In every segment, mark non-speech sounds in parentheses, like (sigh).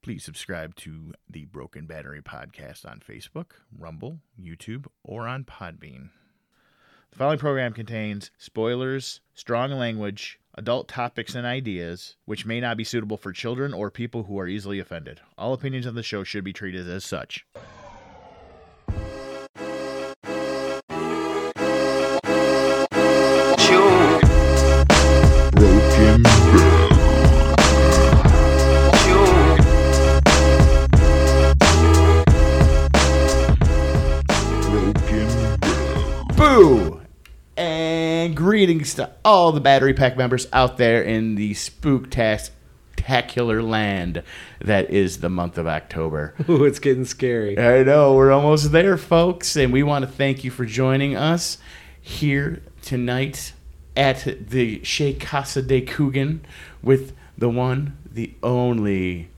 Please subscribe to the Broken Battery Podcast on Facebook, Rumble, YouTube, or on Podbean. The following program contains spoilers, strong language, adult topics and ideas, which may not be suitable for children or people who are easily offended. All opinions on the show should be treated as such. You, Broken you. Boo! And greetings to all the Battery Pack members out there in the spooktacular land that is the month of October. (laughs) Ooh, it's getting scary. I know, we're almost there, folks, and we want to thank you for joining us here tonight at the Chez Casa de Coogan with the one, the only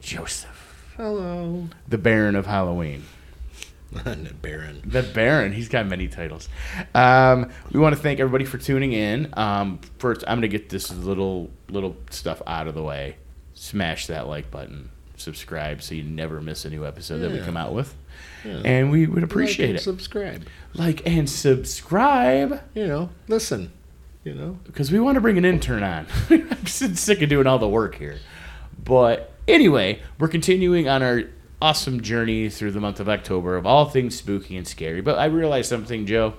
Joseph. (laughs) Hello. The Baron of Halloween. Baron. The Baron. He's got many titles. Um, we want to thank everybody for tuning in. Um, first, I'm gonna get this little little stuff out of the way. Smash that like button. Subscribe so you never miss a new episode that we come out with. And we would appreciate Like and it. Subscribe. like and subscribe You know, listen. You know, because we want to bring an intern on. (laughs) I'm s- sick of doing all the work here. But anyway, we're continuing on our awesome journey through the month of October of all things spooky and scary. But I realized something, Joe.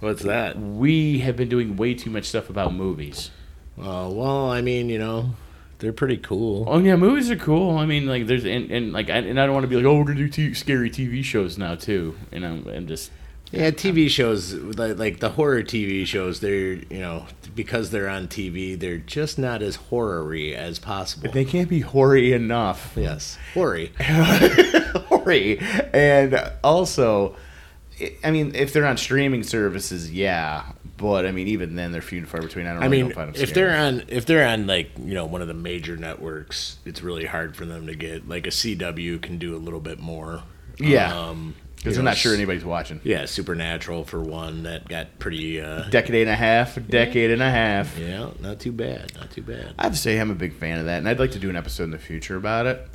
what's that? Uh, we have been doing way too much stuff about movies. well, I mean, you know, they're pretty cool. Oh yeah, movies are cool. I mean, like there's and, and like I, and I don't want to be like, oh, we're gonna do t- scary TV shows now too. And I'm, I'm just Yeah, TV shows like, like the horror TV shows. They're you know because they're on TV, they're just not as horror-y as possible. they can't be hoary enough. (laughs) yes, (laughs) horror. (laughs) Hoary, and also, I- I mean, if they're on streaming services, yeah. But I mean, even then, they're few and far between. I don't. I really mean, know find them if scary. they're on if they're on like you know one of the major networks, it's really hard for them to get like a CW can do a little bit more. Yeah. um, you because I'm know, not sure s- anybody's watching. Yeah, Supernatural for one that got pretty. uh Decade and a half, decade and a half. Yeah, not too bad, not too bad. I have to say I'm a big fan of that, and I'd like to do an episode in the future about it.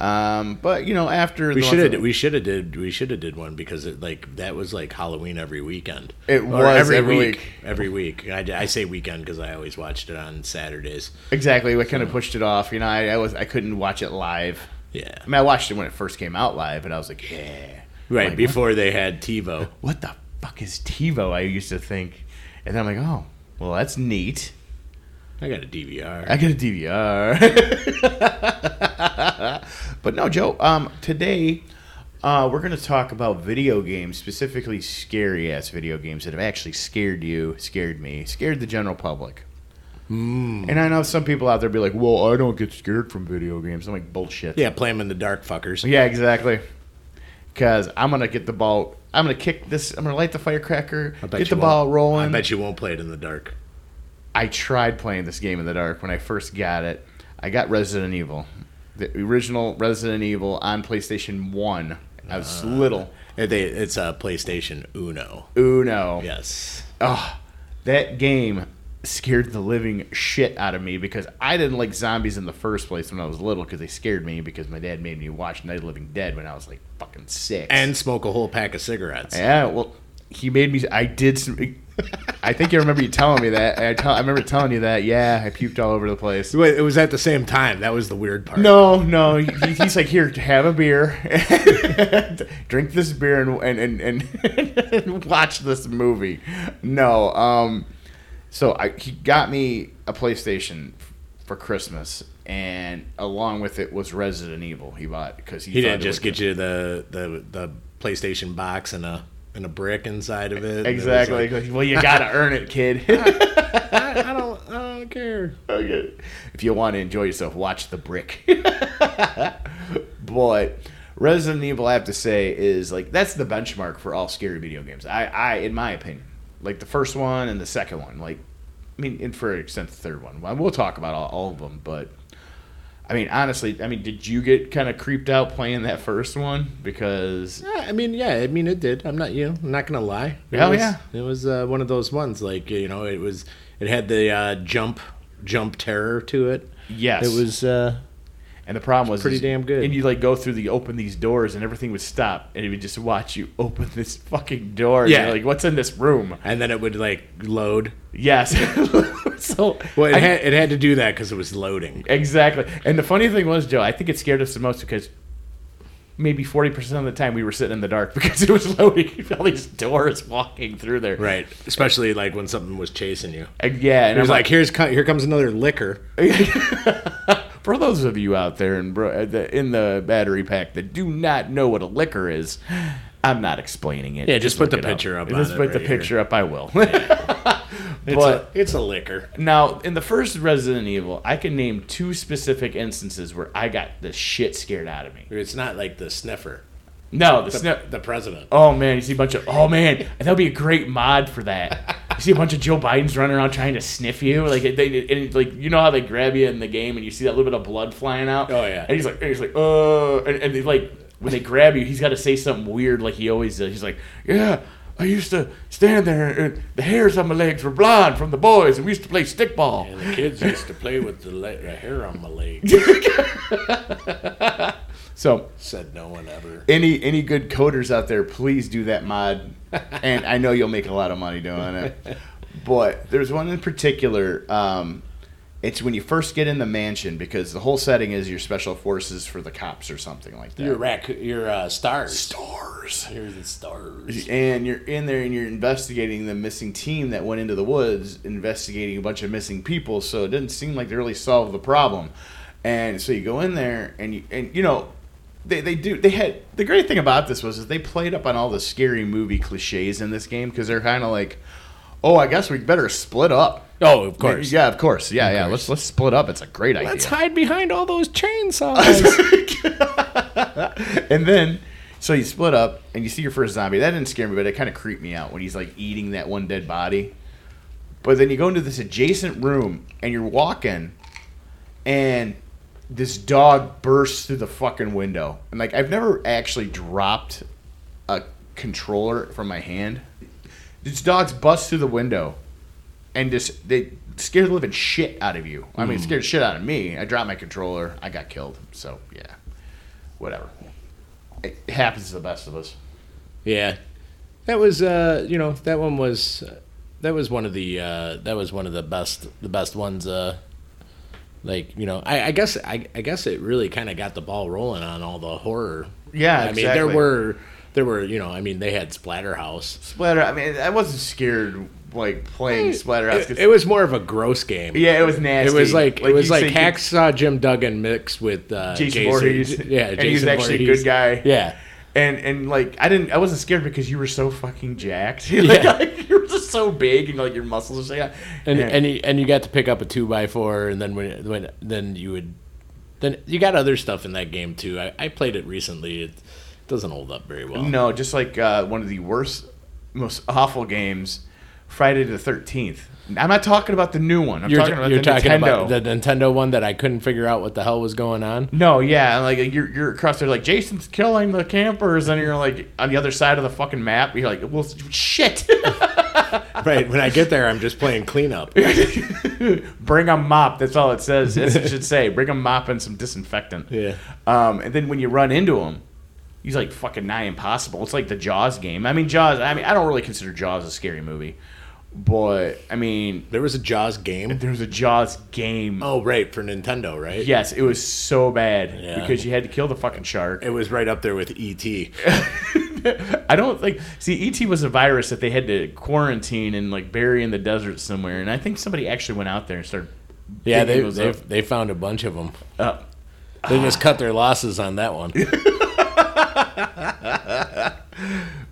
Um, but you know, after We the should ones have we should have did we should have did one because it like that was like Halloween every weekend. It Or was every week. every week. I, I say weekend because I always watched it on Saturdays. that- exactly, what kind of pushed it off. You know, I, I was I couldn't watch it live. Yeah, I mean, I watched it when it first came out live, and I was like, yeah, right Like, before they had TiVo. what the fuck is TiVo? I used to think, and then I'm like, oh, well, that's neat. I got a DVR. I got a DVR. (laughs) but no, Joe. Um, today uh, we're going to talk about video games, specifically scary ass video games that have actually scared you, scared me, scared the general public. Mm. And I know some people out there be like, "Well, I don't get scared from video games." I'm like, "Bullshit." yeah, play 'em in the dark, fuckers. Yeah, exactly. Because I'm gonna get the ball. I'm gonna kick this. I'm gonna light the firecracker. I bet Get the you ball won't. rolling. I bet you won't play it in the dark. I tried playing this game in the dark when I first got it. I got Resident Evil, the original Resident Evil on PlayStation One. I was little. Uh, They, it's a PlayStation Uno. Uno. Yes. Ugh, that game scared the living shit out of me because I didn't like zombies in the first place when I was little because they scared me because my dad made me watch Night of the Living Dead when I was like fucking six. And smoke a whole pack of cigarettes. Yeah, well, he made me. I did. Some, I think I remember you telling me that. and I, tell, I remember telling you that. Yeah, I puked all over the place. Wait, it was at the same time. That was the weird part. No, no. He, he's like, here, have a beer, (laughs) drink this beer, and and and, and, (laughs) and watch this movie. No, um, so I, he got me a PlayStation f- for Christmas, and along with it was Resident Evil. He bought because he, He thought didn't it just would- get you the, the the PlayStation box and a and a brick inside of (laughs) it. and it was exactly. like, well, you gotta earn it, kid. (laughs) I, I don't I don't care. Okay. If you want to enjoy yourself, watch The Brick. (laughs) but Resident Evil, I have to say, is like that's the benchmark for all scary video games. I, I, in my opinion, like the first one and the second one. Like, I mean, and for an extent, the third one. Well, we'll talk about all, all of them, but I mean, honestly, I mean, did you get kind of creeped out playing that first one? Because Yeah, I mean, yeah, I mean, it did. I'm not, you know, I'm not gonna lie. It Hell was, yeah. it was uh, one of those ones. Like, you know, it was, it had the uh, jump, jump terror to it. yes, It was, uh, And the problem was pretty is- damn good. And you like go through the open these doors, and everything would stop, and it would just watch you (laughs) open this fucking door. and Yeah. you're like what's in this room? and then it would like load. Yes. (laughs) so Well, it I- had it had to do that because it was loading. Exactly. And the funny thing was, Joe, I think it scared us the most because maybe 40% of the time we were sitting in the dark (laughs) because it was loading all these doors walking through there. Right, especially like when something was chasing you. And yeah. And It I was was like, here's co- here comes another liquor. like, for those of you out there in, bro- uh, the- in the battery pack that do not know what a liquor is, I'm not explaining it. Yeah, just put look the it picture up on Just it put the right picture up. I will. (laughs) It's But- a, it's a liquor. Now, in the first Resident Evil, I can name two specific instances where I got the shit scared out of me. It's not like the sniffer, No, the, snip. the president. Oh man, you see a bunch of oh man, that'd be a great mod for that. You see a bunch of Joe Bidens running around trying to sniff you, like they, they and like you know how they grab you in the game and you see that little bit of blood flying out. Oh, yeah. and he's like and he's like uh, and, and they, like when they grab you, he's got to say something weird like he always does. He's like yeah. I used to stand there, and the hairs on my legs were blonde from the boys, and we used to play stickball. And the kids used to play with the, le- the hair on my leg. (laughs) So Said no one ever. any any good coders out there, please do that mod. and I know you'll make a lot of money doing it. But there's one in particular. Um, it's when you first get in the mansion because the whole setting is your special forces for the cops or something like that. Your raccoon, your uh, stars. stars. Here's the (laughs) stars. And you're in there and you're investigating the missing team that went into the woods, investigating a bunch of missing people. So it didn't seem like they really solved the problem. And so you go in there and you and you know they, they do they had the great thing about this was is they played up on all the scary movie cliches in this game because they're kind of like, oh, I guess we better split up. Oh, of course. Yeah, of course. Yeah, yeah. Let's let's split up. It's a great idea. Let's hide behind all those chainsaws. (laughs) and then so you split up and you see your first zombie. That didn't scare me, but it kind of creeped me out when he's like eating that one dead body. But then you go into this adjacent room and you're walking and this dog bursts through the fucking window. And like I've never actually dropped a controller from my hand. These dogs bust through the window and just they scared the living shit out of you. I mean, scared the shit out of me. I dropped my controller. I got killed. So yeah, whatever. It happens to the best of us. (laughs) yeah, that was uh, you know that one was uh, that was one of the uh, that was one of the best the best ones. Uh, like you know, I, I guess I, I guess it really kind of got the ball rolling on all the horror. Yeah, I mean there exactly. were there were you know I mean they had Splatterhouse. Splatter. I mean, I wasn't scared like playing Splatterhouse. It, 'cause- it was more of a gross game. yeah, it was nasty. It was like, it was you like say you- Hacksaw Jim Duggan mixed with uh, Jason Voorhees. (laughs) Yeah, And he's actually a good Voorhees. guy. Yeah, And and like I didn't I wasn't scared because you were so fucking jacked. (laughs) like, Yeah. you were just so big and like your muscles are so and Yeah. and you, and you got to pick up a two by four, and then when when then you would then you got other stuff in that game too. I, I played it recently. It doesn't hold up very well. No, just like uh, one of the worst, most awful games, Friday the Thirteenth. I'm not talking about the new one. I'm you're talking ta- about you're the talking Nintendo. about the Nintendo one that I couldn't figure out what the hell was (laughs) going on. no, yeah, like you're you're across there, like Jason's killing the campers, and you're like on the other side of the fucking map. You're like, well, shit, (laughs) Right when I get there, I'm just playing (laughs) cleanup. bring a mop. That's all it says. That's what it should say. Bring a mop and some disinfectant. Yeah. Um, and then when you run into him, he's like fucking nigh impossible. It's like the Jaws game. I mean, Jaws. I mean, I don't really consider Jaws a scary movie, but I mean, There was a Jaws game. There was a Jaws game. Oh right, for Nintendo, right? Yes, it was so bad Yeah. because you had to kill the fucking shark. It was right up there with E E.T. I don't think. See, ET was a virus that they had to quarantine and like bury in the desert somewhere. And I think somebody actually went out there and started. Yeah, they digging those they up. they found a bunch of them. Uh, They just cut their losses on that one.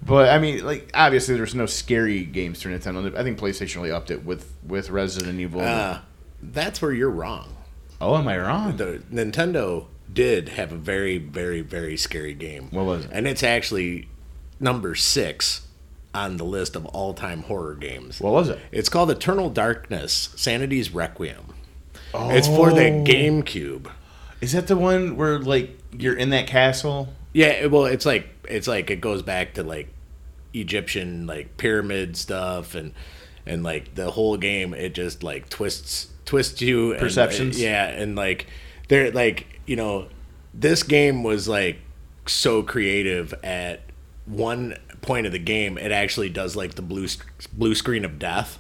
But I mean, like obviously, there's no scary games for Nintendo. I think PlayStation really upped it with with Resident Evil. Uh, (laughs) that's where you're wrong. oh, am I wrong? the Nintendo did have a very, very, very scary game. What was it? And it's actually number six on the list of all time horror games. what was it? It's called Eternal Darkness Sanity's Requiem. It's for the Oh. GameCube. Is that the one where like you're in that castle? Yeah, it- well, it's like it's like it goes back to like Egyptian like pyramid stuff and and like the whole game it just like twists twists you and- Perceptions. yeah, and like they're like you know, this game was like so creative at one point of the game. It actually does like the blue sc- blue screen of death.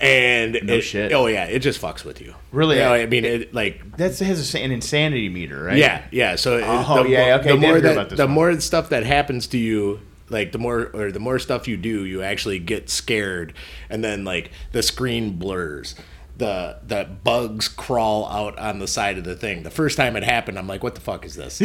And No it- shit. oh yeah, it just fucks with you. Really? You know, I mean, it like That has an insanity meter, right? yeah, yeah. So it- Oh, yeah, okay, more, I the did more hear that about this the one. more stuff that happens to you, like the more or the more stuff you do, you actually get scared, and then like the screen blurs. The the bugs crawl out on the side of the thing. The first time it happened, I'm like, "What the fuck (laughs) is this?"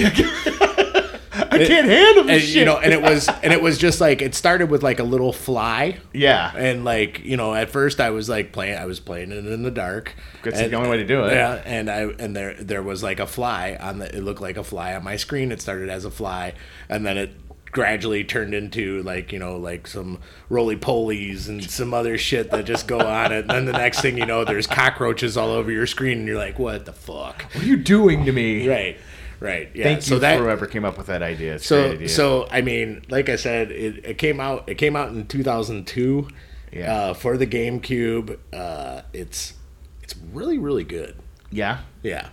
I can't handle this and, shit. You know, and it was and it was just like it started with like a little fly. yeah. And like you know, at first I was like playing. I was playing it in the dark. That's And- the only way to do it. Yeah, and I and there there was like a fly on the. It looked like a fly on my screen. It started as a fly, and then it gradually turned into like you know like some roly polies and some other shit that just go on it. And then the next thing you know, there's cockroaches all over your screen, and you're like, what the fuck? What are you doing to me? Right, right. Yeah. Thank so you that for whoever came up with that idea. It's a so great idea. so I mean, like I said, it, it came out it came out in 2002 Yeah. uh, for the GameCube. Uh, it's it's really really good. yeah. Yeah.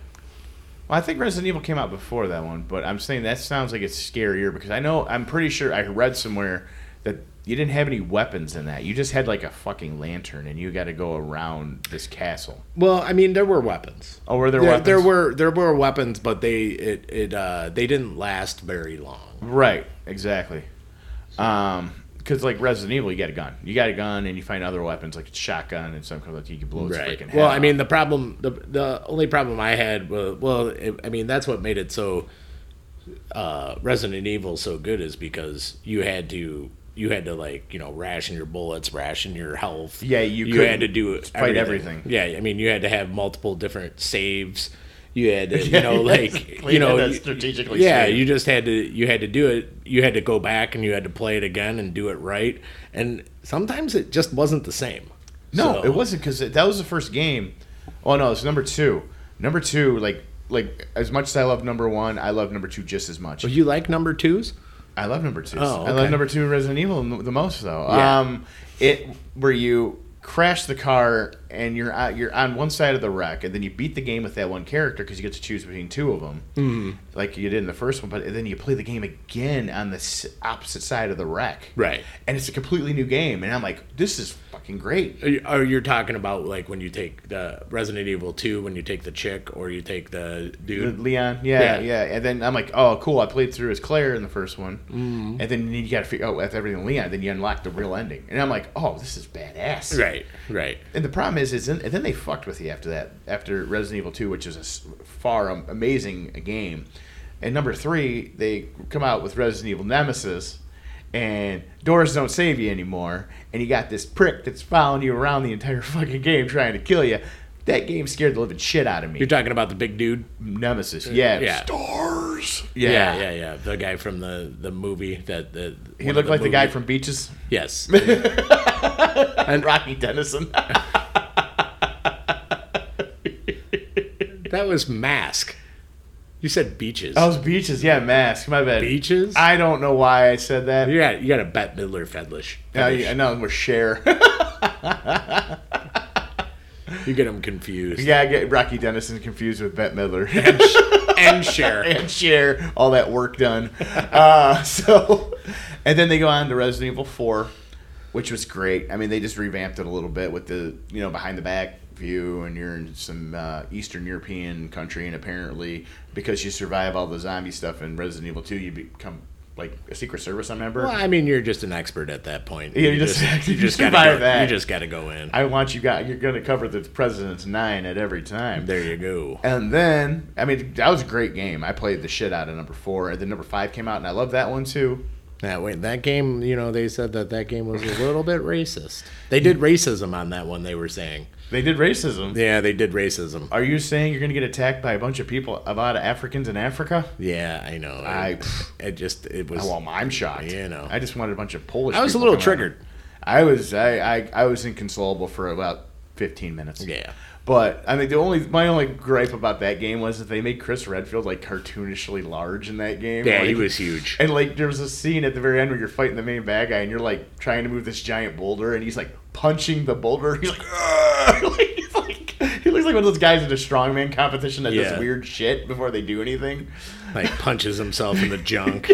Well, I think Resident Evil came out before that one, but I'm saying that sounds like it's scarier because I know I'm pretty sure I read somewhere that you didn't have any weapons in that. You just had like a fucking lantern, and you got to go around this castle. Well, I mean, there were weapons. Oh, were there, There, weapons? there were there were weapons, but they it, it uh, they didn't last very long. Right, exactly. Um, because like Resident Evil, you got a gun. You got a gun, and you find other weapons like a shotgun and something like you can blow its freaking head. Well, I off. mean, the problem the the only problem I had was well, it, I mean, that's what made it so uh, Resident Evil so good is because you had to you had to like you know ration your bullets, ration your health. Yeah, you you had couldn't to do fight everything. Yeah, I mean, you had to have multiple different saves. You (laughs) had to, you know, Yeah, like exactly. you know, You had to you- strategically Yeah, save. you just had to you had to do it. You had to go back and you had to play it again and do it right. And sometimes it just wasn't the same. No, So- it wasn't because that was the first game. Oh no, it's number two. Number two, like like as much as I love number one, I love number two just as much. Do you like number twos? I love number two. Oh, I love okay. number two in Resident Evil m- the most though. Yeah. Um, it where you crash the car and you're out, you're on one side of the wreck, and then you beat the game with that one character because you get to choose between two of them, mm-hmm. like you did in the first one. But then you play the game again on the s- opposite side of the wreck, Right. And it's a completely new game, and I'm like, this is fucking great. Are you, are you talking about like when you take the Resident Evil 2 when you take the chick or you take the dude? Leon. Yeah, yeah, Yeah. And then I'm like, oh, cool. I played through as Claire in the first one, mm. Mm-hmm. and then you got to figure out with everything Leon. Then you unlock the real ending, and I'm like, oh, this is badass. Right, right. And the problem is, is then, and then they fucked with you after that, after Resident Evil Two, which is a s- far um, amazing game, and number three, they come out with Resident Evil Nemesis. And doors don't save you anymore, and you got this prick that's following you around the entire (laughs) fucking game trying to kill you. That game scared the living shit out of me. You're talking about the big dude? Nemesis, yeah, Uh, yeah. stars. yeah, yeah. yeah. The guy from the, the movie that the He looked like the guy from Beaches (laughs) Yes. and Rocky (laughs) Dennison. that was Mask. You said beaches. that was Beaches, yeah, Mask. My bad. beaches? I don't know why I said that. you got you got a Bette Midler fedlish. No, Oh, yeah, no, we're share. You get them confused. yeah, I get Rocky Dennison confused with Bette Midler (laughs) (laughs) And share. and share all that work done. Uh, (laughs) so, and then they go on to Resident Evil Four, which was great. I mean, they just revamped it a little bit with the you know behind the back view, and you're in some uh, Eastern European country, and apparently because you survive all the zombie stuff in Resident Evil Two, you become like a Secret Service member. Well, I mean, you're just an expert at that point. Yeah, you just- you you just survive gotta go, that. You just gotta go in. I want you got you're gonna cover the president's nine at every time. there you go. And then, I mean, that was a great game. I played the shit out of number four, and then number five came out, and I love that one too. That wait, that game, you know, they said that that game was a little bit racist. They did racism on that one. They were saying, They did racism. yeah, they did racism. Are you saying you're gonna get attacked by a bunch of people, a lot of Africans in Africa? Yeah, I know. I- It, it just it was. Oh, well, I'm shocked. You know. I just wanted a bunch of Polish. I was a people coming little out. triggered. I was, I, I, I was inconsolable for about 15 minutes. Yeah. But I mean, the only my only gripe about that game was that they made Chris Redfield like cartoonishly large in that game. Yeah, he Like- was huge. (laughs) And like, there was a scene at the very end where you're fighting the main bad guy, and you're like trying (laughs) to move this giant boulder, and he's like punching the boulder. He's like, "Ugh!" like, he's like he looks He's like one of those guys at a strongman competition that Yeah. does weird shit before they do anything. like punches himself in the junk.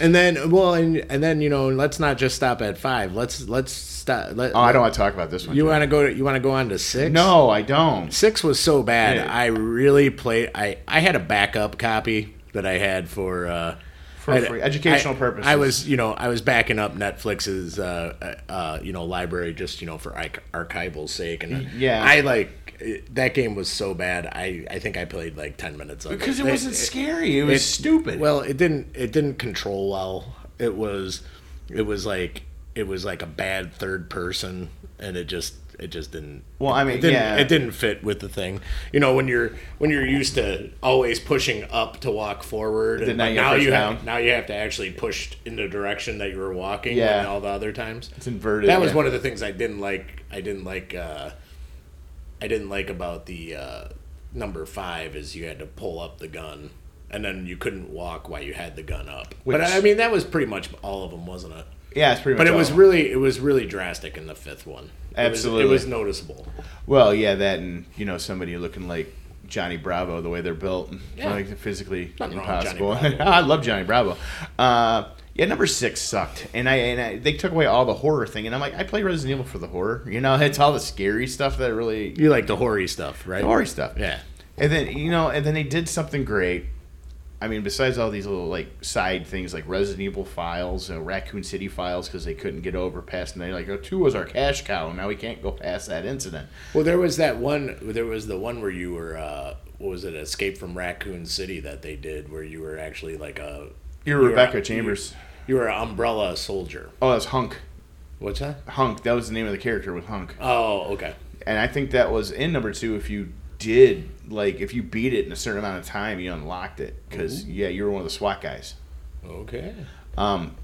and then, well, and and then you know, let's not just stop at five. Let's let's stop. Let, Oh, I don't want to talk about this one. You Joe. want to go? To, you want to go on to six? No, I don't. six was so bad. Yeah. I really played. I I had a backup copy that I had for. Uh, For I- free- educational I- purposes. I was, you know, I was backing up Netflix's, uh, uh, uh, you know, library just, you know, for arch- archival sake, and uh, Yeah. I like it- that game was so bad. I, I think I played like ten minutes of Because it. it wasn't scary. It was it- stupid. Well, it didn't, it didn't control well. It was, it was like, it was like a bad third person, and it just, it just didn't. Well, I mean, It didn't, yeah. it didn't fit with the thing. You know, when you're when you're used to always pushing up to walk forward, and now like, you now push you down. have now you have to actually push in the direction that you were walking. Yeah. Yeah. all the other times It's inverted, That was yeah. one of the things I didn't like. I didn't like. uh I didn't like about the uh number five is you had to pull up the gun. And then you couldn't walk while you had the gun up. Which- but I mean, that was pretty much all of them, wasn't it? yeah, it's pretty much. But it was all. really, it was really drastic in the fifth one. It was- Absolutely. it was noticeable. Well, yeah, that and you know somebody looking like Johnny Bravo the way they're built, Yeah. like they're physically Nothing wrong with Johnny impossible. Bravo. (laughs) I love Johnny Bravo. Uh, yeah, number six sucked, and I and I, they took away all the horror thing, and I'm like, I play Resident Evil for the horror. You know, (laughs) it's all the scary stuff that really You like the hoary stuff, right? the horror stuff. Yeah. And then you know, and then they did something great. I mean, besides all these little like side things like Resident Evil files, uh, Raccoon City files, because they couldn't get over past, and they like, oh, two was our cash cow, and now we can't go past that incident. Well, there was that one. There was the one where you were. Uh, what was it? Escape from Raccoon City that they did, where you were actually like a. You're you were- Rebecca Chambers. You, you were an umbrella soldier. Oh, that's Hunk. What's that? Hunk. That was the name of the character with Hunk. Oh, okay. And I think that was in number two. If you did like, if you beat it in a certain amount of time, you unlocked it because yeah, you were one of the SWAT guys. Okay. Um,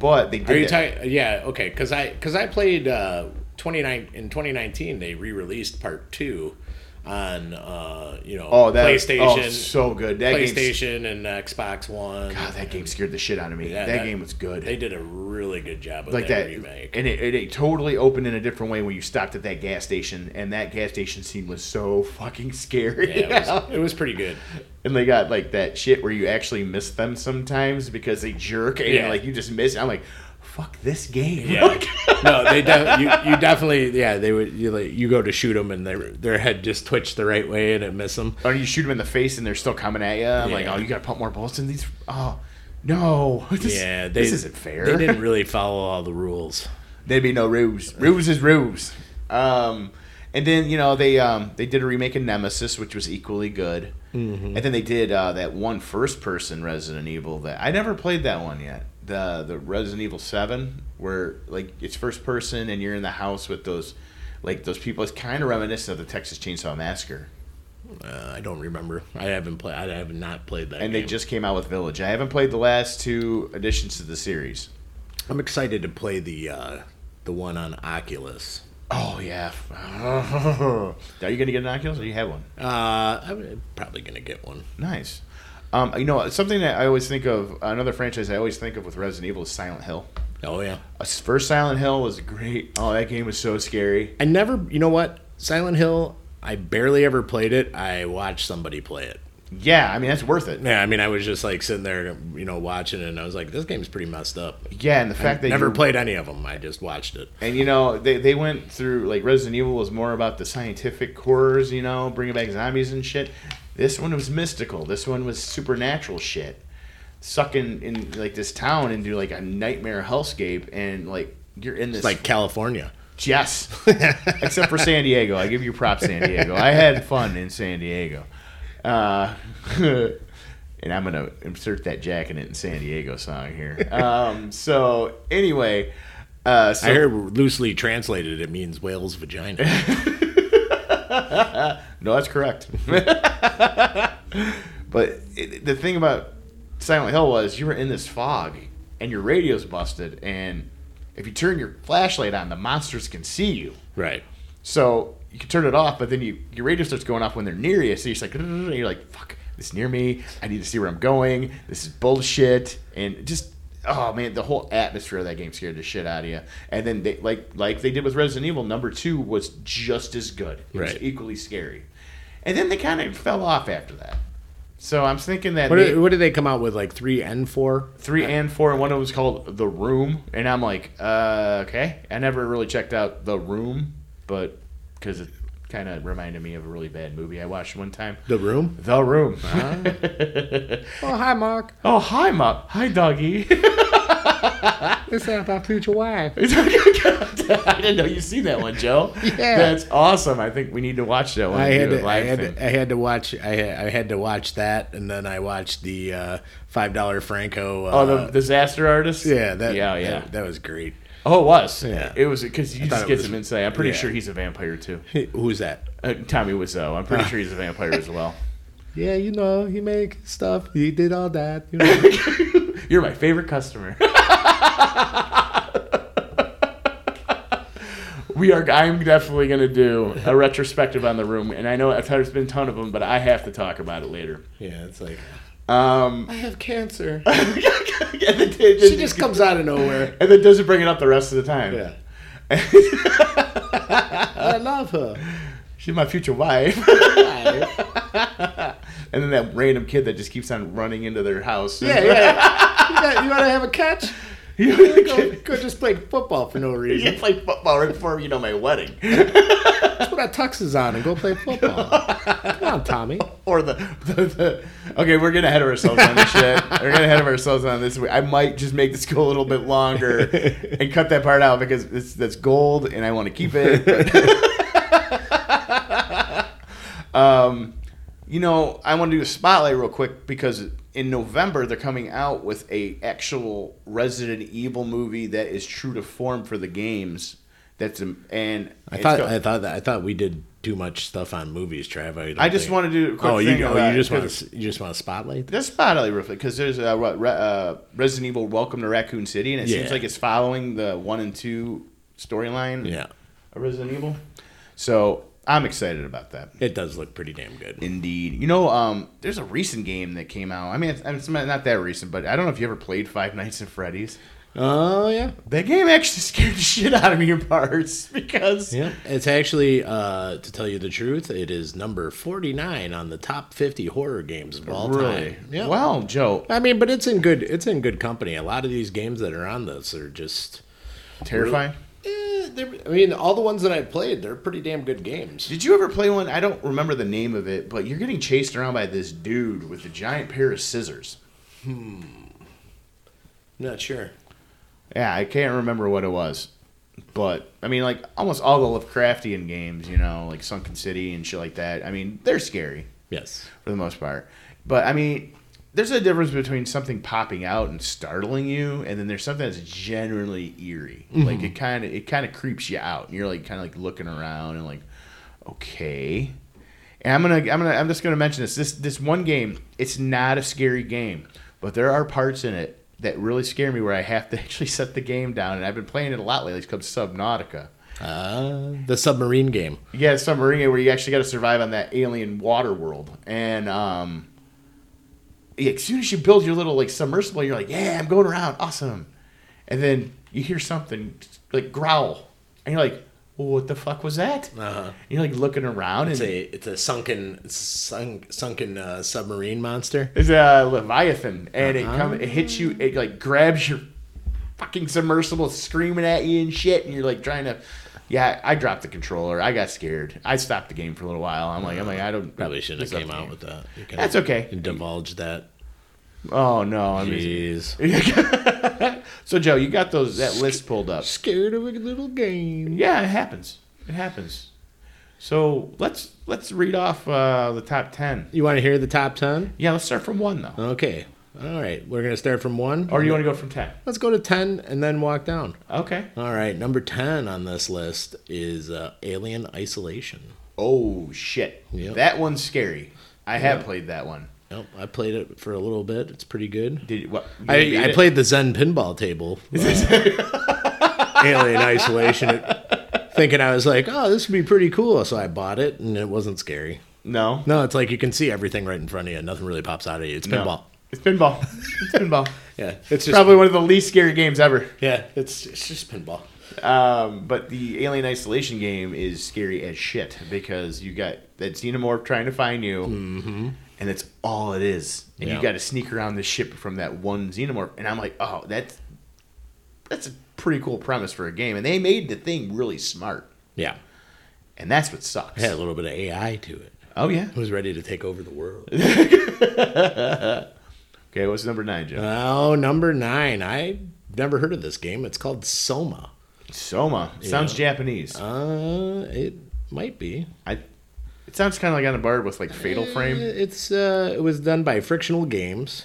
but they did. Are you that- talking? Yeah. Okay. Because I because I played uh, twenty nine in twenty nineteen. They re released part two on uh, you know Oh, that PlayStation Oh, so good. That game. PlayStation and Xbox One. God, that game scared the shit out of me. Yeah, that, that- game was good. They did a really good job of like that, that, (laughs) remake. and it, it, it totally opened in a different way when you stopped at that gas station, and that gas station scene was so fucking scary. yeah, (laughs) it was, it was pretty good. And they got like that shit where you actually miss them sometimes because they jerk and Yeah. like you just miss. It. I'm like, fuck this game. Yeah. no, they def- you, you definitely yeah they would you like you go to shoot them and their their head just twitched the right way and it missed them. (laughs) or you shoot them in the face and they're still coming at you. I'm like, Yeah. oh, you gotta pump more bullets in these. Oh, no. (laughs) This, yeah, they, this isn't fair. They didn't really follow all the rules. There'd be no ruse. Ruse is ruse. Um, and then you know they um, they did a remake of Nemesis, which was equally good. And then they did uh, that one first person Resident Evil that I never played that one yet. The the Resident Evil Seven, where like it's first person and you're in the house with those like those people. It's kind of reminiscent of the Texas Chainsaw Massacre. Uh, I don't remember. I haven't played. I have not played that. And they game. just came out with Village. I haven't played the last two additions to the series. I'm excited to play the uh, the one on Oculus. Oh yeah. (laughs) Are you gonna get an Oculus or you have one? Uh, I'm probably gonna get one. Nice. Um, you know, something that I always think of, another franchise I always think of with Resident Evil is Silent Hill. Oh yeah. Uh, First Silent Hill was great. Oh, that game was so scary. I never. You know what? Silent Hill. I barely ever played it. I watched somebody play it. Yeah, I mean, that's worth it. Yeah, I mean, I was just like sitting there, you know, watching it, and I was like, this game's pretty messed up. Yeah, and the fact that Never you, played any of them. I just watched it. And, you know, they, they went through, like, Resident Evil was more about the scientific horrors, you know, bringing back zombies and shit. This one was mystical. This one was supernatural shit. Sucking in, like, this town into, like, a nightmare hellscape, and, like, you're in this It's like California. Yes. Except for San Diego. I give you props, San Diego. I had fun in San Diego. Uh, (laughs) and I'm going to insert that Jack in it in San Diego song here. Um, so, anyway. Uh, so I heard loosely translated, it means whale's (laughs) vagina. No, that's correct. (laughs) but it, the thing about Silent Hill was you were in this fog and your radio's busted. And if you turn your flashlight on, the monsters can see you. right. So you can turn it off, but then you your radio starts going off when they're near you. So you're just like, and you're like, fuck, this is near me. I need to see where I'm going. This is bullshit. And just oh man, the whole atmosphere of that game scared the shit out of you. And then they like like they did with Resident Evil, number two was just as good. It Right. was equally scary. And then they kind of fell off after that. So I'm thinking that What they- did, what did they come out with? Like three and four? three and four, and one of them was called The Room, and I'm like, uh, okay. I never really checked out The Room, but because it kind of reminded me of a really bad movie I watched one time. The room? The Room. Oh, hi, Mark. (laughs) oh, hi, Mop. Hi, Doggy. (laughs) This is about future wife. I didn't know you seen that one, Joe. (laughs) Yeah. that's awesome. I think we need to watch that one. I and had do a to, I live had thing. to, I had to watch I had, I had to watch that and then I watched the uh, five dollar Franco. Uh, Oh, the disaster artist. yeah, that yeah, yeah. that, that was great. (laughs) oh, it was. Yeah. it was because you thought just it get was- some insight. I'm pretty yeah. sure he's a vampire too. Who's that? Uh, Tommy Wiseau. I'm Ah. pretty sure he's a vampire as (laughs) well. Yeah, you know, he make stuff. He did all that. You know. You're my favorite customer. (laughs) we are. I'm definitely going to do a retrospective on the room, and I know I've- there's been a ton of them, but I have to talk about it later. (laughs) yeah, it's like Um, (laughs) I have (laughs) cancer. and then- she just comes out of nowhere. and then doesn't bring it up the rest of the time. (laughs) Yeah. I love (laughs) her. She's my future wife. (laughs) Why? and then that random kid that just keeps on running into their house. Yeah, yeah. You, got, you want to have a catch? (laughs) You Go, go just play football for no reason. play football right before, you know, my wedding. Put our tuxes on and go play football. (laughs) Come on, Tommy. or the, the, the okay we're getting ahead of ourselves on (laughs) this shit we're getting ahead of ourselves on this i might just make this go a little bit longer and cut that part out because it's, that's gold and i want to keep (laughs) it um, you know i want to do a spotlight real quick because in november they're coming out with a actual resident evil movie that is true to form for the games that's and I it's thought go- I thought that I thought we did too much stuff on movies, Trav. I, don't I just think- wanna do a quick oh, thing you, oh, about you just it, want 'cause- to you just want to spotlight. that? That's probably roughly because there's uh, what, Re- uh, Resident Evil Welcome to Raccoon City, and it seems Yeah. like it's following the one and two storyline Yeah, of Resident Evil. So I'm excited about that. it does look pretty damn good. Indeed, you know, um, there's a recent game that came out. I mean, it's, it's not that recent, but I don't know if you ever played Five Nights at Freddy's. Oh yeah, That game actually (laughs) scared the shit out of me in parts (laughs) because yeah. It's actually, uh, to tell you the truth, it is number forty nine on the top fifty horror games of all really, time. Yeah. well, Joe, I mean, but it's in good it's in good company. A lot of these games that are on this are just. terrifying. eh, they're- I mean, all the ones that I played, they're pretty damn good games. Did you ever play one? I don't remember the name of it, but you're getting chased around by this dude with a giant pair of scissors. Not sure. Yeah, I can't remember what it was. But I mean like almost all the Lovecraftian games, you know, like Sunken City and shit like that. I mean, they're scary Yes. for the most part. But I mean, there's a difference between something popping out and startling you and then there's something that's generally eerie. Like it kind of it kind of creeps you out. And you're like kind of like looking around and like okay. And I'm gonna, I'm gonna, I'm just gonna mention this. This, this one game, it's not a scary game, but there are parts in it that really scare me where I have to (laughs) actually set the game down. And I've been playing it a lot lately. It's called Subnautica. Uh, the submarine game. Yeah, it's submarine game where you actually got to survive on that alien water world. And um, yeah, as soon as you build your little like submersible, you're like, yeah, I'm going around, awesome. And then you hear something like growl, and you're like, what the fuck was that? Uh-huh. And you're like looking around It's and a it's a sunken sunk, sunken uh, submarine monster. It's a Leviathan, and Uh-huh. it come, it hits you, it like grabs your fucking submersible, screaming at you and shit, and you're like trying to. Yeah, I dropped the controller. I got scared. I stopped the game for a little while. I'm like, I'm like, I don't Uh-huh. Probably shouldn't this have came up out game. with that. You can That's okay. Divulge that. Oh no, I mean. Jeez. (laughs) so Joe, you got those that list pulled up. Scared of a little game. Yeah, it happens. It happens. So let's let's read off uh, the top ten. You want to hear the top ten? Yeah, let's start from one though. Okay. All right. We're gonna start from one. Or you want to go from ten? Let's go to ten and then walk down. Okay. All right. Number ten on this list is uh, Alien Isolation. Oh shit. Yep. That one's scary. I have played that one. Yep, I played it for a little bit. It's pretty good. Did what? you beat I, I it? played the Zen pinball (laughs) table. uh, Alien Isolation. It- thinking I was like, oh, this would be pretty cool. So I bought it, and it wasn't scary. No. No, it's like you can see everything right in front of you. Nothing really pops out at you. It's No. pinball. It's pinball. (laughs) It's pinball. Yeah, it's just Probably one of the least scary games ever. yeah, it's it's just pinball. Um, but the Alien Isolation game is scary as shit because you got that xenomorph trying to find you, and that's all it is. And Mm-hmm. Yeah. you got to sneak around the ship from that one xenomorph. And I'm like, oh, that's that's a pretty cool premise for a game. And they made the thing really smart, Yeah, and that's what sucks. it had a little bit of AI to it. Oh yeah. It was ready to take over the world. (laughs) Okay, what's number nine, Joe? Oh, number nine. I never heard of this game. It's called Soma. Soma sounds Japanese. Uh, it might be. I. It sounds kind of like on a bar with like Fatal Uh, Frame. It's uh, it was done by Frictional Games.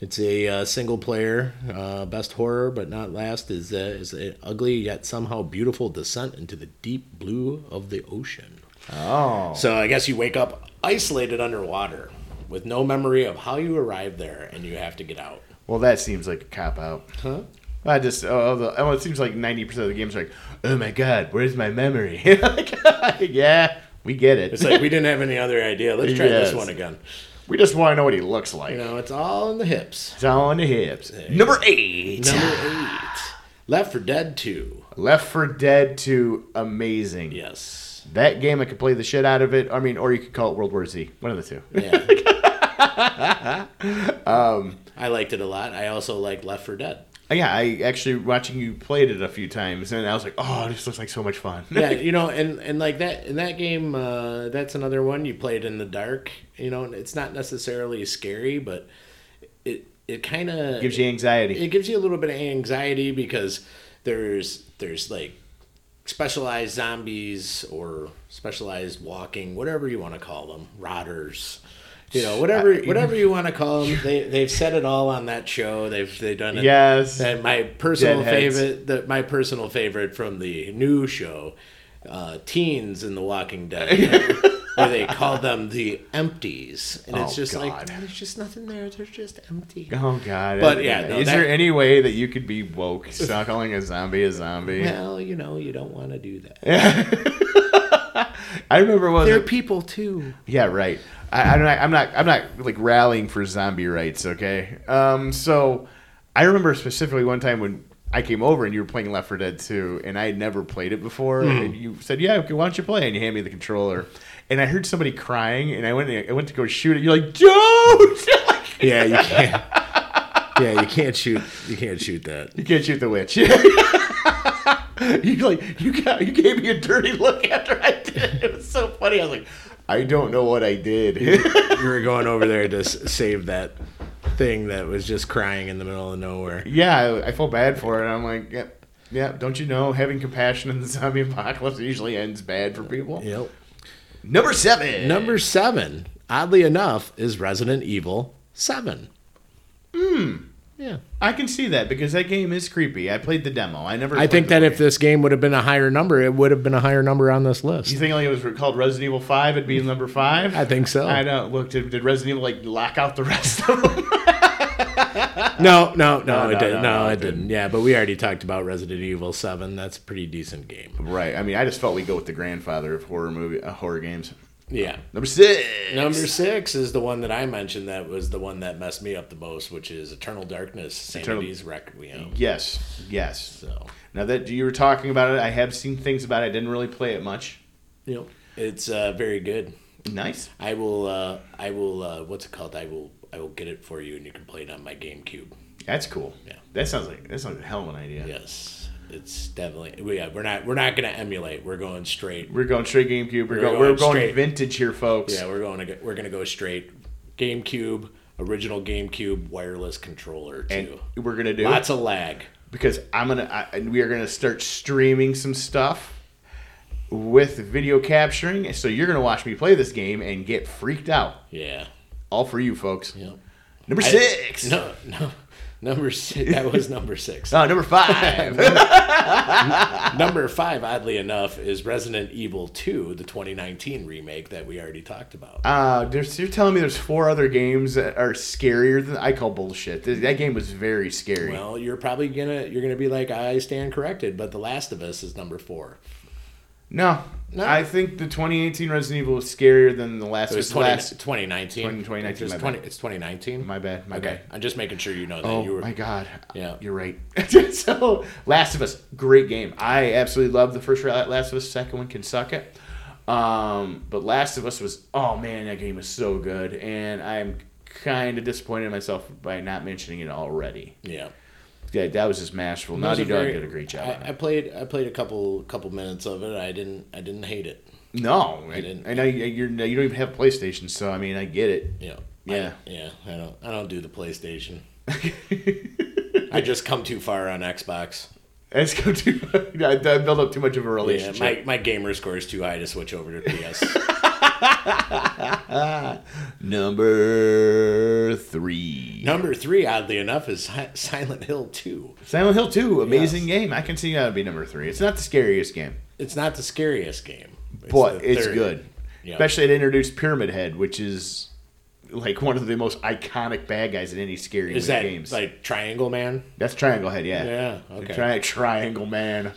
It's a uh, single player. Uh, best horror, but not last, is uh, is an ugly yet somehow beautiful descent into the deep blue of the ocean. Oh, So I guess you wake up isolated underwater with no memory of how you arrived there, and you have to get out. well, that seems like a cop out. Huh? I just oh, the, oh it seems like ninety percent of the games are like, oh my god, where's my memory? (laughs) Like, yeah, we get it. It's like we didn't have any other idea. Let's try Yes. this one again. we just want to know what he looks like. You know, it's all in the hips. It's all in the hips. Number eight, Number eight, Left for Dead Two. Left for Dead Two, amazing. Yes. That game I could play the shit out of it. I mean, or you could call it World War Z. One of the (laughs) two. Yeah. (laughs) I liked it a lot. I also liked Left for Dead. Uh, yeah, I actually watching you played it a few times, and I was like, oh, this looks like so much fun. (laughs) (laughs) Yeah, you know, and and like that in that game, uh, that's another one you played in the dark. You know, and it's not necessarily scary, but it it kind of Gives you anxiety. it gives you a little bit of anxiety because there's there's like specialized zombies or specialized walking whatever you want to call them rotters you know whatever whatever you want to call them they they've said it all on that show they've they've done it Yes. and my personal Deadheads. favorite the, my personal favorite from the new show uh teens in the (laughs) walking dead where they call them the empties and it's Oh, just like God. there's just nothing there they're just (laughs) (laughs) empty Oh God! But, yeah, no, is that- there any way that you could be woke? Stop calling a zombie a zombie. Well, you know, you don't want to do that. I remember what was They're it? people too. Yeah, right. I, I'm not. I'm not. I'm not like rallying for zombie rights. Okay. Um. So, I remember specifically one time when I came over and you were playing Left 4 Dead 2, and I had never played it before, Hmm. and you said, "Yeah, okay, why don't you play?" And you hand me the controller, and I heard somebody crying, and I went. I went to go shoot it. You're like, (laughs) "Don't!" Yeah, you can't. yeah, you can't shoot. You can't shoot that. You can't shoot the witch. (laughs) you like you got, you gave me a dirty look after I did it. It was so funny. I was like, I don't know what I did. (laughs) You were going over there to s- save that thing that was just crying in the middle of nowhere. yeah, I, I feel bad for it. I'm like, yeah, yeah, don't you know having compassion in the zombie apocalypse usually ends bad for people? Yep. Number seven. Number seven, oddly enough, is Resident Evil Seven. Hmm. Yeah. I can see that because that game is creepy. I played the demo. I never. I played think the that whole if game. this game would have been a higher number, it would have been a higher number on this you list. think like it was called Resident Evil Five, it'd be number five. I think so. I know. Look, did, did Resident Evil like lock out the rest of them? No, no, no, no, it didn't. no, No, no, it it didn't. Yeah, but we already talked about Resident Evil Seven. That's a pretty decent game. Right. I mean, I just felt we go with the grandfather of horror movie uh, horror games. Yeah. Number six. Number six is the one that I mentioned that was the one that messed me up the most, which is Eternal Darkness, Sanity's Requiem. Yes. Yes. So, Now that you were talking about it, I have seen things about it. I didn't really play it much. you know, it's uh, very good. Nice. I will, uh, I will, uh, what's it called? I will, I will get it for you, and you can play it on my GameCube. That's cool. Yeah. That sounds like that sounds like a hell of an idea. Yes, it's definitely. we- Yeah, we're not, we're not gonna emulate. We're going straight. We're going straight GameCube. We're, We're going, going we're going straight. vintage here, folks. Yeah, we're going to, go- we're gonna go straight. GameCube, original GameCube wireless controller And too. we're gonna do Lots of lag. because I'm gonna I, and we are gonna start streaming some stuff with video capturing. So you're gonna watch me play this game and get freaked out. Yeah. All for you, folks. Yep. Number I- six. No, no. Number six. That was number (laughs) six. Oh, number five. number five, oddly enough, is Resident Evil 2, the 2019 remake that we already talked about. (laughs) Uh, there's, you're telling me there's four other games that are scarier than I call bullshit. Th- That game was very scary. Well, you're probably gonna you're gonna be like, I stand corrected, but The Last of Us is number four. No. No? I think the 2018 Resident Evil was scarier than the last. It was the 20, last- 2019. 20- 2019, It's, my bad. 20, it's 2019. My bad. My okay, bad. I'm just making sure you know that Oh you were. my god. Yeah. You're right. (laughs) so Last of Us, great game. I absolutely love the first Ra- Last of Us, second one can suck it. Um, but Last of Us was oh man, that game was so good. And I'm kinda disappointed in myself by not mentioning it already. Yeah. Yeah, that was just masterful. Those Naughty are Dog very- did a great job. on I, it. I played. I played a couple couple minutes of it. I didn't. I didn't hate it. no, I, didn't. I know you- you're, you don't even have a PlayStation, so I mean, I get it. (laughs) Yeah. Yeah. I, yeah. I don't. I don't do the PlayStation. I just come too far on Xbox. It's go too. (laughs) I, I built up too much of a Yeah, relationship. my, my gamer score is too high to switch over to PS. Number three. (laughs) Number three, oddly enough, is Si- Silent Hill Two. Silent Hill 2, amazing game. I can see that would be number three. It's not the scariest game, It's not the scariest game, it's but the it's third. good. Yeah. Especially it introduced Pyramid Head, which is like one of the most iconic bad guys in any scary Is movie that games. like Triangle Man? That's Triangle Head, yeah. Yeah. Okay. Tri- triangle Man.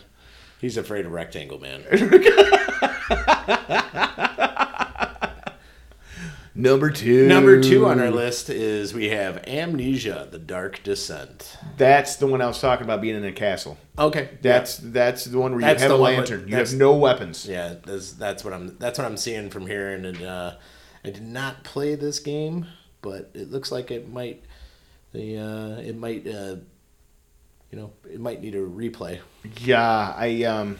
He's afraid of (laughs) Rectangle Man. Number two. Number two on our list is we have Amnesia: The Dark Descent. That's the one I was talking about being in a castle. Okay. That's that's the one where you That's have the a one with- lantern. you that's- have no weapons. Yeah, that's that's what I'm that's what I'm seeing from here, and it, uh, I did not play this game, but it looks like it might the uh, it might uh, you know it might need a replay. Yeah, I um,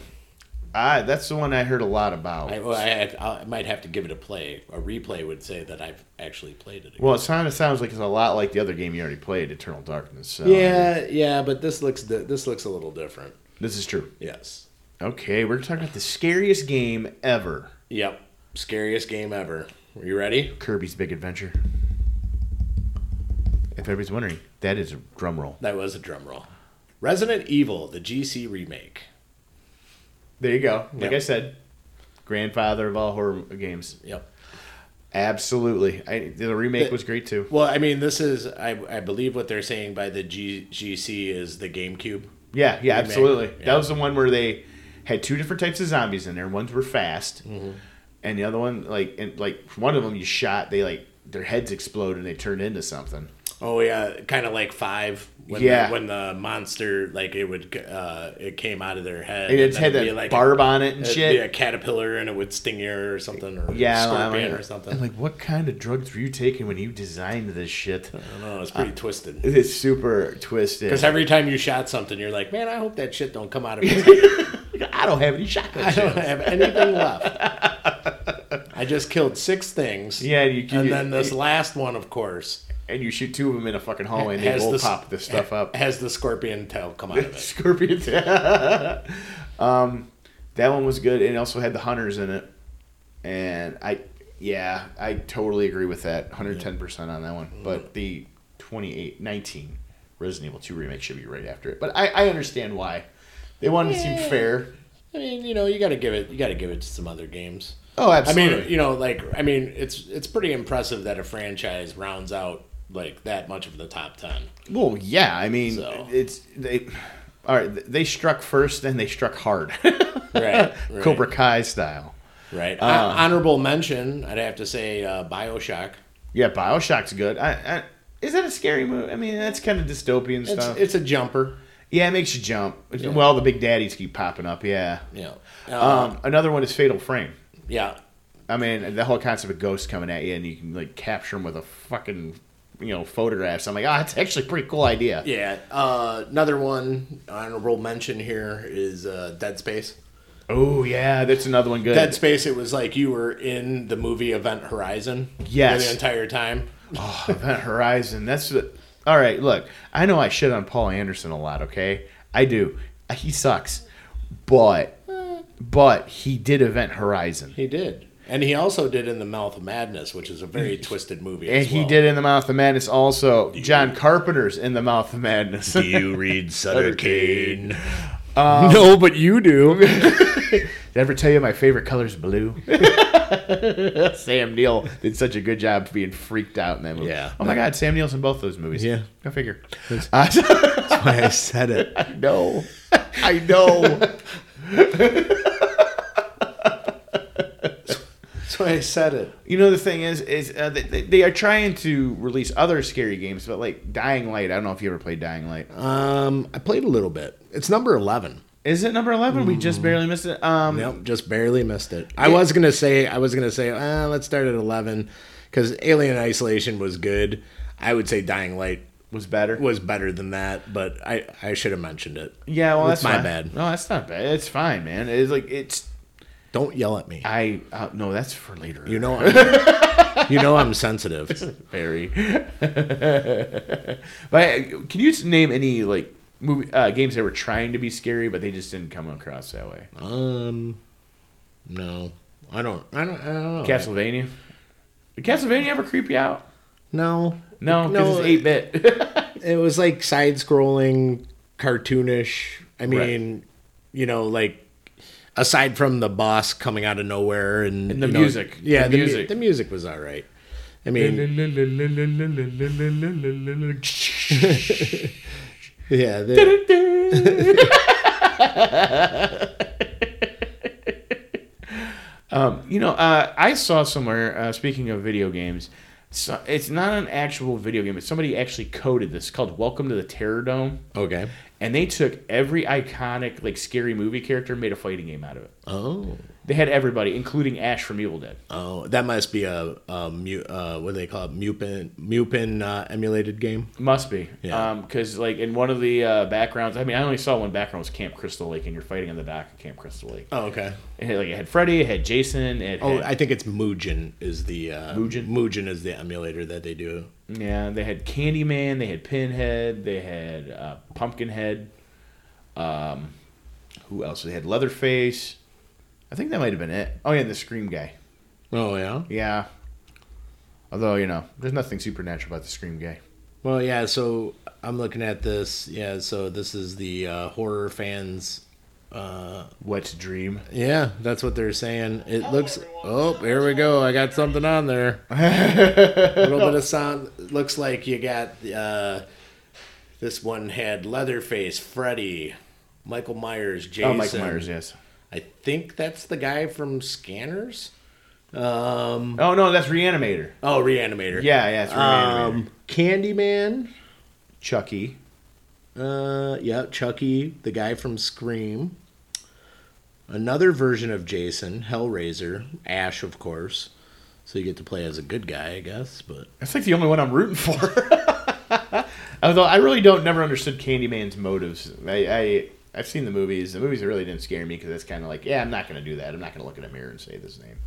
I that's the one I heard a lot about. I, well, I, I, I might have to give it a play. A replay would say that I've actually played it. Again. well, it sounds it sounds like it's a lot like the other game you already played, Eternal Darkness. So yeah, yeah, but this looks di- this looks a little different. this is true. Yes. Okay, we're talking about the scariest game ever, Yep. Scariest game ever. Are you ready? Kirby's Big Adventure. If everybody's wondering, that is a drum roll. That was a drum roll. Resident Evil, the GC remake. There you go. Like Yep. I said, grandfather of all horror games. Yep. Absolutely. I, the remake was great too. Well, I mean, this is I, I believe what they're saying by the G, GC is the GameCube. Yeah, yeah, Remake, absolutely. yeah. That was the one where they had two different types of zombies in there. Ones were fast, Mm-hmm. and the other one, like, and like one of them you shot. They like their heads explode and they turned into something. Oh yeah, kind of like five. When Yeah. The, when the monster like it would uh, it came out of their head And it had then it'd that be like barb on it and it'd shit. be a caterpillar and it would sting you or something or Yeah, I'm scorpion like, or something. I'm like, what kind of drugs were you taking when you designed this (laughs) shit? I don't know. It's pretty twisted. It is super twisted. Because every time you shot something, you're like, man, I hope that shit don't come out (laughs) of me. I don't have any shotgun I don't shells. have anything left. I just killed six things. Yeah, you- and you- then this last one, of course, And you shoot two of them in a fucking hallway, and they Has will this- pop this stuff up. (laughs) has the scorpion tail come out of (laughs) it. Scorpion. um, that one was good, and it also had the hunters in it. And I, yeah, I totally agree with that, 110 percent on that one. Mm-hmm. But the 28, 19 Resident Evil 2 remake should be right after it. But I, I understand why they wanted to seem fair. I mean, you know, you got to give it. You got to give it to some other games. Oh, I absolutely. mean, you know, like I mean, it's it's pretty impressive that a franchise rounds out like that much of the top ten. Well, yeah, I mean, So. it's they. All right, they struck first, then they struck hard, (laughs) (laughs) Right. right Cobra Uh. Kai style. Right. Hon- honorable mention. I'd have to say uh, Bioshock. Yeah, Bioshock's good. I, I, is that a scary movie? I mean, that's kind of dystopian It's stuff. it's a jumper. yeah, it makes you jump. Well, the big daddies keep popping up. Yeah. Yeah. Um, another one is Fatal Frame. yeah. I mean, the whole concept of ghosts coming at you and you can like capture them with a fucking you know photograph. So I'm like, ah, it's actually a pretty cool idea. Yeah. Uh, another one honorable mention here is uh, Dead Space. Oh yeah, that's another one good. Dead Space. It was like you were in the movie Event Horizon. Yes. The entire time. Event Oh, Horizon. That's the. All right, look. I know I shit on Paul Anderson a lot. Okay, I do. He sucks, but but he did Event Horizon, He did, and he also did in the Mouth of Madness, which is a very twisted movie. and as he well. did In the Mouth of Madness. Also, John Carpenter's In the Mouth of (laughs) Madness. Um, You read Sutter (laughs) Kane. no, but you do. (laughs) Did I ever tell you my favorite color's blue? (laughs) Sam Neill did such a good job being freaked out in that movie. Yeah. Oh my God, Sam Neill's in both those movies. Yeah. Go figure. Uh, (laughs) I (laughs) said it. No. I know. That's why I said it. You know the thing is, is uh, they- they, they are trying to release other scary games, but like Dying Light. I don't know if you ever played Dying Light. Um, I played a little bit. It's number eleven. Is it number eleven? We Mm. just barely missed it. Um, Nope, just barely missed it. I was gonna say, I was gonna say, uh, let's start at eleven because Alien Isolation was good. I would say Dying Light was better. was better than that, but I I should have mentioned it. yeah, well, It's that's my fine. bad. No, that's not bad. It's fine, man. It's like it's. Don't yell at me. I uh, no, that's for later. You know, I'm, you know, I'm sensitive. Very. (laughs) but uh, can you just name any like movie uh, games that were trying to be scary, but they just didn't come across that way? Um, no, I don't. I don't. I don't know. Castlevania. Did Castlevania ever creep you out? No, No, because no. it's eight It, bit. it was like side-scrolling, cartoonish. I mean, you know, like aside from the boss coming out of nowhere and, And the you know, music. yeah, The the, mu- music. the music was all right. I (laughs) mean, (laughs) yeah, the, You know, uh, I saw somewhere. Uh, speaking of video games, so it's not an actual video game. But somebody actually coded this. It's called Welcome to the Terror Dome, okay. and they took every iconic like scary movie character and made a fighting game out of it. Oh, They had everybody, including Ash from Evil Dead. oh, that must be a, a mu- uh, what do they call it? Mupin, Mupin uh, emulated game. Must be, Yeah. yeah. Because like in one of the uh, backgrounds, I mean, I only saw one background was Camp Crystal Lake, and you're fighting on the dock at Camp Crystal Lake. Oh, okay. It had, like it had Freddy, it had Jason, it Oh, had, I think it's Mugen is the uh, Mugen? Mugen is the emulator that they do. yeah, they had Candyman, they had Pinhead, they had uh, Pumpkinhead. Um, who else? They had Leatherface. I think that might have been it. Oh yeah, and the Scream guy. Oh yeah. Yeah. Although you know, there's nothing supernatural about the Scream guy. Well, yeah. So I'm looking at this. Yeah. So this is the uh, horror fans. Uh, Wet dream. yeah, that's what they're saying. It looks. Oh, here we go. I got something on (laughs) there. A little bit (laughs) of sound. It Looks like you got. Uh, this one had Leatherface, Freddy, Michael Myers, Jason. Oh, Mike Myers. Yes. I think that's the guy from Scanners. Oh no, that's Reanimator. Oh, Reanimator. Yeah, yeah, it's Reanimator. Um, Candyman. Chucky. Uh, yeah, Chucky, the guy from Scream. Another version of Jason, Hellraiser, Ash, of course. So you get to play as a good guy, I guess. But That's like the only one I'm rooting for. (laughs) Although I really don't never understood Candyman's motives. I, I I've seen the movies. The movies really didn't scare me because it's kind of like, yeah, I'm not going to do that. I'm not going to look in a mirror and say this name.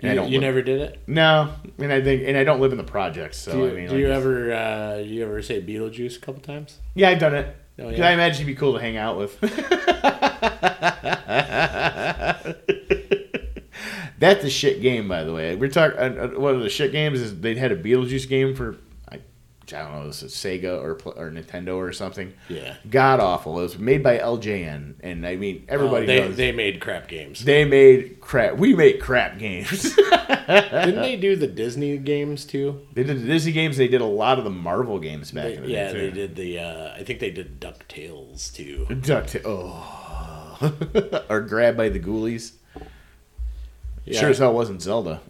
And I don't. live- never did it. No, and I think, and I don't live in the projects. So Do you, Oh, I mean, do like, you ever uh, you ever say Beetlejuice a couple times? Yeah, I've done it. Oh, 'Cause yeah. I imagine it'd be cool to hang out (laughs) with. That's a shit game, by the way. We're talking. Uh, uh, one of the shit games is they had a Beetlejuice game for I, I don't know, this is Sega or Pl- or Nintendo or something. Yeah. god awful. It was made by LJN, and I mean everybody Oh, they knows Oh, they, they made crap games. made crap. We made crap games. (laughs) (laughs) Didn't they do the Disney games too? they did the Disney games. They did a lot of the Marvel games back in the yeah, day. they too. did the. Uh, I think they did Ducktales too. Duckta- oh. (laughs) or grabbed by the ghoulies. Yeah. Sure as hell wasn't Zelda.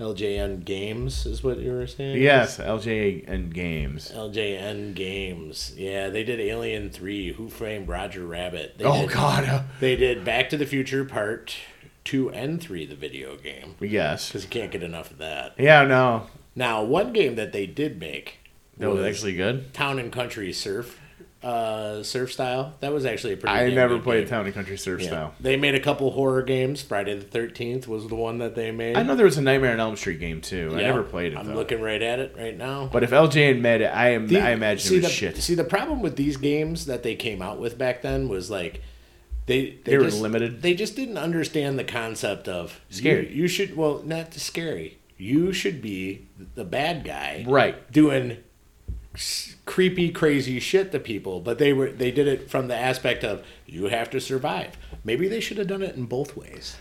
LJN Games is what you were saying. Yes, LJ and games. LJN Games. Yeah, they did Alien 3, Who Framed Roger Rabbit. They Oh did, God. (laughs) uh, They did Back to the Future Part 2 and 3, the video game. Yes. Because you can't get enough of that. Yeah. No. Now, one game that they did make That was actually good. Town and Country Surf. Uh, surf style. That was actually a pretty. I damn never good played game. Town and Country Surf Yeah. Style. They made a couple horror games. Friday the Thirteenth was the one that they made. I know there was a Nightmare on Elm Street game too. I Yeah. never played it I'm though. looking right at it right now. but if LJ and Med, I am. The- I imagine see it was the, shit. See, the problem with these games that they came out with back then was like they they, They were just, limited. They just didn't understand the concept of Scary. You, you should well not scary. You should be the bad guy, Right. Doing s- creepy, crazy shit to people, but they were they did it from the aspect of you have to survive. Maybe they should have done it in both ways.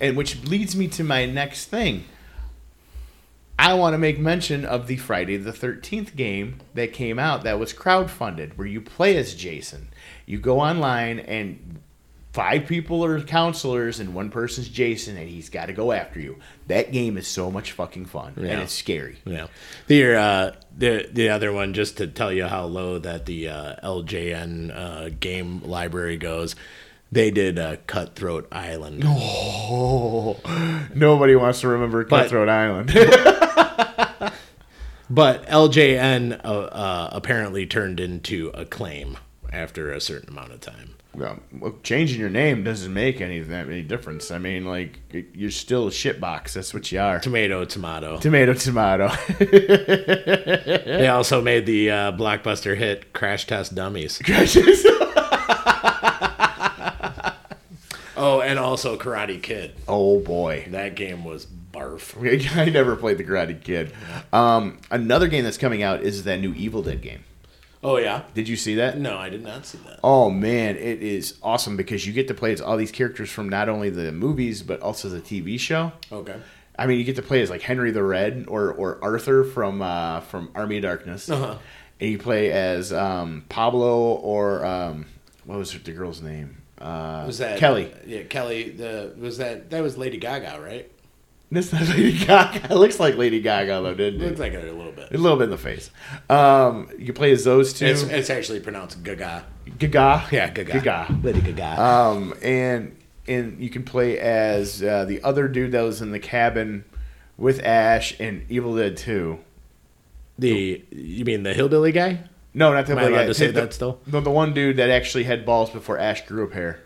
and which leads me to my next thing. I want to make mention of the Friday the 13th game that came out that was crowdfunded, where you play as Jason. You go online and five people are counselors and one person's Jason and he's got to go after you. That game is so much fucking fun and Yeah. it's scary. Yeah. The uh, the the other one, just to tell you how low that the uh, LJN uh, game library goes, they did uh, Cutthroat Island. (laughs) Nobody wants to remember Cutthroat (laughs) Island. But LJN uh, uh, apparently turned into Acclaim after a certain amount of time. well, changing your name doesn't make any that any difference. I mean, like you're still a shitbox. That's what you are. Tomato, tomato. Tomato, tomato. (laughs) They also made the uh, blockbuster hit Crash Test Dummies. Oh, and also Karate Kid. (laughs) oh boy. (laughs) That game was barf. I never played the Karate Kid. Um, another game that's coming out is that new Evil Dead game. Oh yeah. Did you see that? No, I did not see that. Oh man, it is awesome because you get to play as all these characters from not only the movies but also the TV show. Okay. I mean, you get to play as like Henry the Red or or Arthur from uh, from Army of Darkness, Uh-huh. and you play as um, Pablo or um, what was the girl's name? Uh, Was that Kelly? (laughs) Yeah, Kelly. The was that that was Lady Gaga, right? That's not Lady Gaga. It looks like Lady Gaga though, didn't it? Looks like it a little A bit. little bit in the face. Um, you play as those two. It's, it's actually pronounced Gaga. Uh, Gaga. Yeah, Gaga. Gaga. Lady Gaga. Um, and and you can play as uh, the other dude that was in the cabin with Ash and Evil Dead Two. the you mean the hillbilly guy? No, not the Am I other allowed guy. to say The- that still? No, the one dude that actually had balls before Ash grew up hair.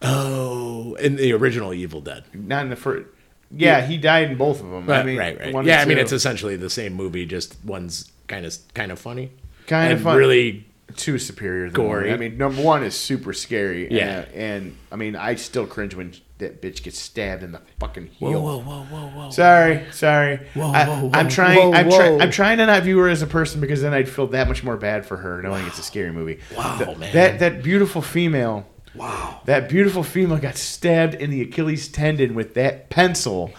Oh, in the original Evil Dead. Not in the first. Yeah, he died in both of them. Right, I mean, right, right. one Yeah, and I mean two. it's essentially the same movie, just one's kind of kind of funny, Kinda and fun- really too superior. Than Gory. gory. I mean, number one is super scary. Yeah. and, uh, and, I mean, I still cringe when that bitch gets stabbed in the fucking heel. whoa, whoa, whoa. Sorry, sorry. Whoa, I, whoa, I'm whoa, trying. whoa, I'm, try, whoa. I'm trying to not view her as a person because then I'd feel that much more bad for her, knowing it's a scary movie. Wow, Th- man. That that beautiful female. Wow. That beautiful female got stabbed in the Achilles tendon with that pencil.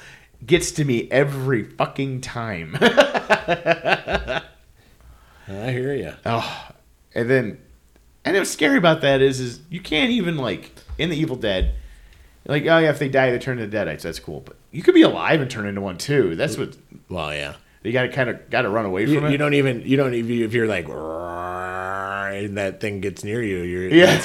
Gets to me every fucking time. (laughs) I hear you. oh, and then, and what's scary about that is, is you can't even like in the Evil Dead. Like, oh yeah, if they die, they turn into Deadites. That's cool, but you could be alive and turn into one too. That's what Well, yeah. you got to kind of got to run away from You, it. you don't even you don't even if you're like "Roar," and that thing gets near you, you're (laughs) Yeah.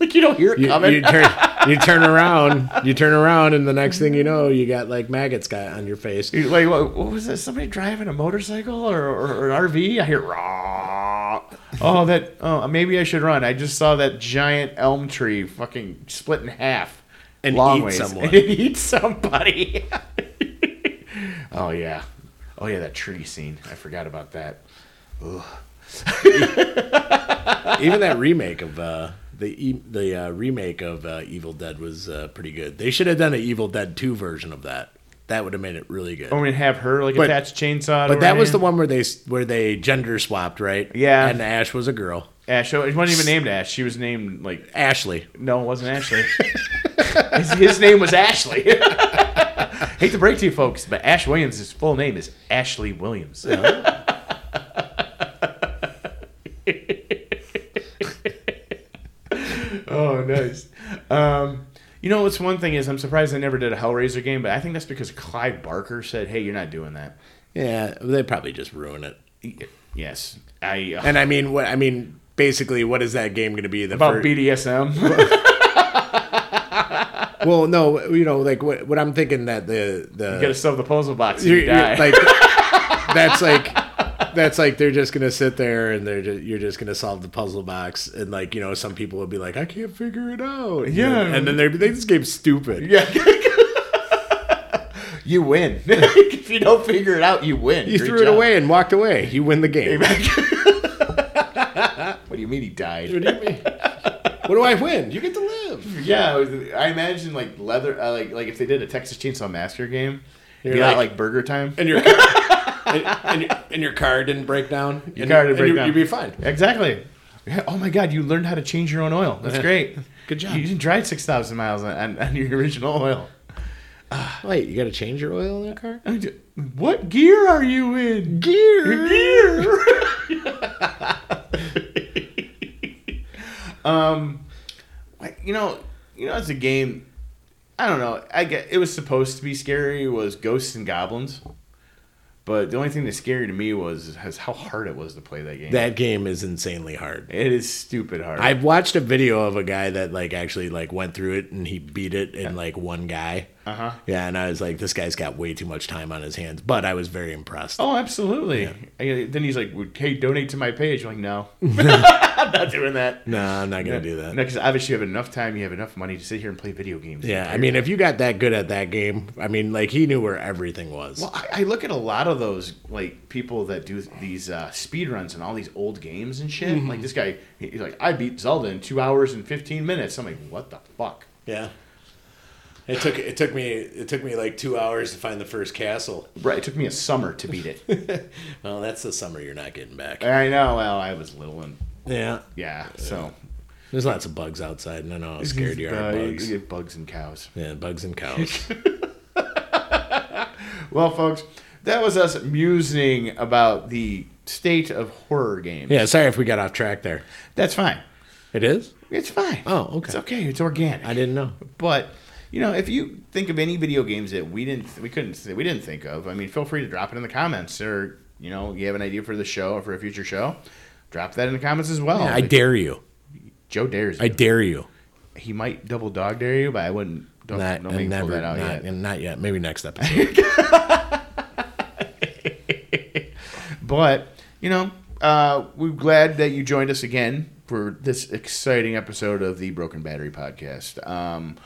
like you don't hear it You, coming. you (laughs) turn you turn around, you turn around, and the next thing you know, you got like maggots got on your face. You're like what, what was that? Somebody driving a motorcycle or, or, or an RV? I hear raw. Oh, that. Oh, maybe I should run. I just saw that giant elm tree fucking split in half And long eat ways. (laughs) someone. and eat somebody. (laughs) oh yeah, oh yeah, that tree scene. I forgot about that. Even that remake of uh, the e- the uh, remake of uh, Evil Dead was uh, pretty good. They should have done an Evil Dead Two version of that. That would have made it really good. I'm gonna have her like But- attach chainsaw. to But her that was the hand. one where they where they gender swapped, right? Yeah. And Ash was a girl. Ash. Oh, it wasn't even named Ash. She was named like Ashley. No, it wasn't Ashley. (laughs) his, his name was Ashley. (laughs) Hate to break to you folks, but Ash Williams' his full name is Ashley Williams. (laughs) oh, nice. Um, you know what's one thing is I'm surprised they never did a Hellraiser game, but I think that's because Clive Barker said, "Hey, you're not doing that." Yeah, they probably just ruin it. Yes, I uh, And I mean, what I mean, basically, what is that game going to be? The about fir- (laughs) BDSM. well, no, you know, like what, what I'm thinking that the the Got to sell the puzzle box. If You're- you you're- die. (laughs) like that's like that's like they're just gonna sit there and they're just, you're just gonna solve the puzzle box and like you know some people will be like I can't figure it out Yeah. and, then they're they just game's stupid Yeah. (laughs) you win. if you don't figure it out, you win. you Great threw it job. away and walked away you win the game what What do you mean he died? do you mean what do I win you get to live Yeah, it was- I imagine like leather, uh, like like if they did a Texas Chainsaw Massacre game, you You're got like- like, Burger Time. and your and, and, your, and your car didn't break down your car didn't break you, down. you'd be fine Exactly. Yeah, Oh my God! You learned how to change your own oil. That's great. Good job. You didn't drive six thousand miles on, on, on your original oil. wait you got to change your oil in your car I ju- What gear are you in? Gear. Gear. (laughs) um, like, you know, you know, it's a game. I don't know. I get it was supposed to be scary was ghosts and goblins, but the only thing that's scary to me was has how hard it was to play that game. That game is insanely hard. it is stupid hard. I've watched a video of a guy that like actually like went through it and he beat it in like one guy. uh huh. Yeah, and I was like, this guy's got way too much time on his hands. But I was very impressed. Oh, absolutely. I- then he's like, "Hey, donate to my page." I'm like, (laughs) "No, I'm not doing that." No, I'm not gonna do that. No, because obviously you have enough time, you have enough money to sit here and play video games. Yeah, I mean, if you got that good at that game, I mean, like he knew where everything was. Well, I, I look at a lot of those like people that do these uh, speed runs and all these old games and shit. Like this guy, he- he's like, I beat Zelda in two hours and fifteen minutes. I'm like, what the fuck? Yeah. It took it took me it took me like two hours to find the first castle. Right, it took me a summer to beat it. Well, that's the summer you're not getting back. I know. Well, I was little and Yeah, yeah, so there's lots of bugs outside, and I (laughs) know how scared you are Uh, of bugs. you get bugs and cows. Yeah, bugs and (laughs) cows. Well, folks, that was us musing about the state of horror games. yeah, sorry if we got off track there. that's fine. It is. It's fine. Oh, okay. It's okay. It's organic. I didn't know. But you know, if you think of any video games that we didn't, we couldn't, that we didn't think of, I mean, feel free to drop it in the comments, or you know, you have an idea for the show or for a future show, drop that in the comments as well. I dare you. Joe dares. I you. dare you. he might double dog dare you, but I wouldn't. Don't, Not, don't make me never, pull that out not, yet. not yet. Maybe next (laughs) episode. But you know, uh, we're glad that you joined us again for this exciting episode of the Broken Battery Podcast. Um,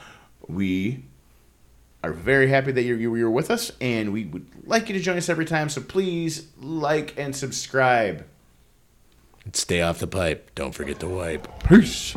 we are very happy that you're, you were with us, and we would like you to join us every time. So please like and subscribe. Stay off the pipe. Don't forget to wipe. Peace.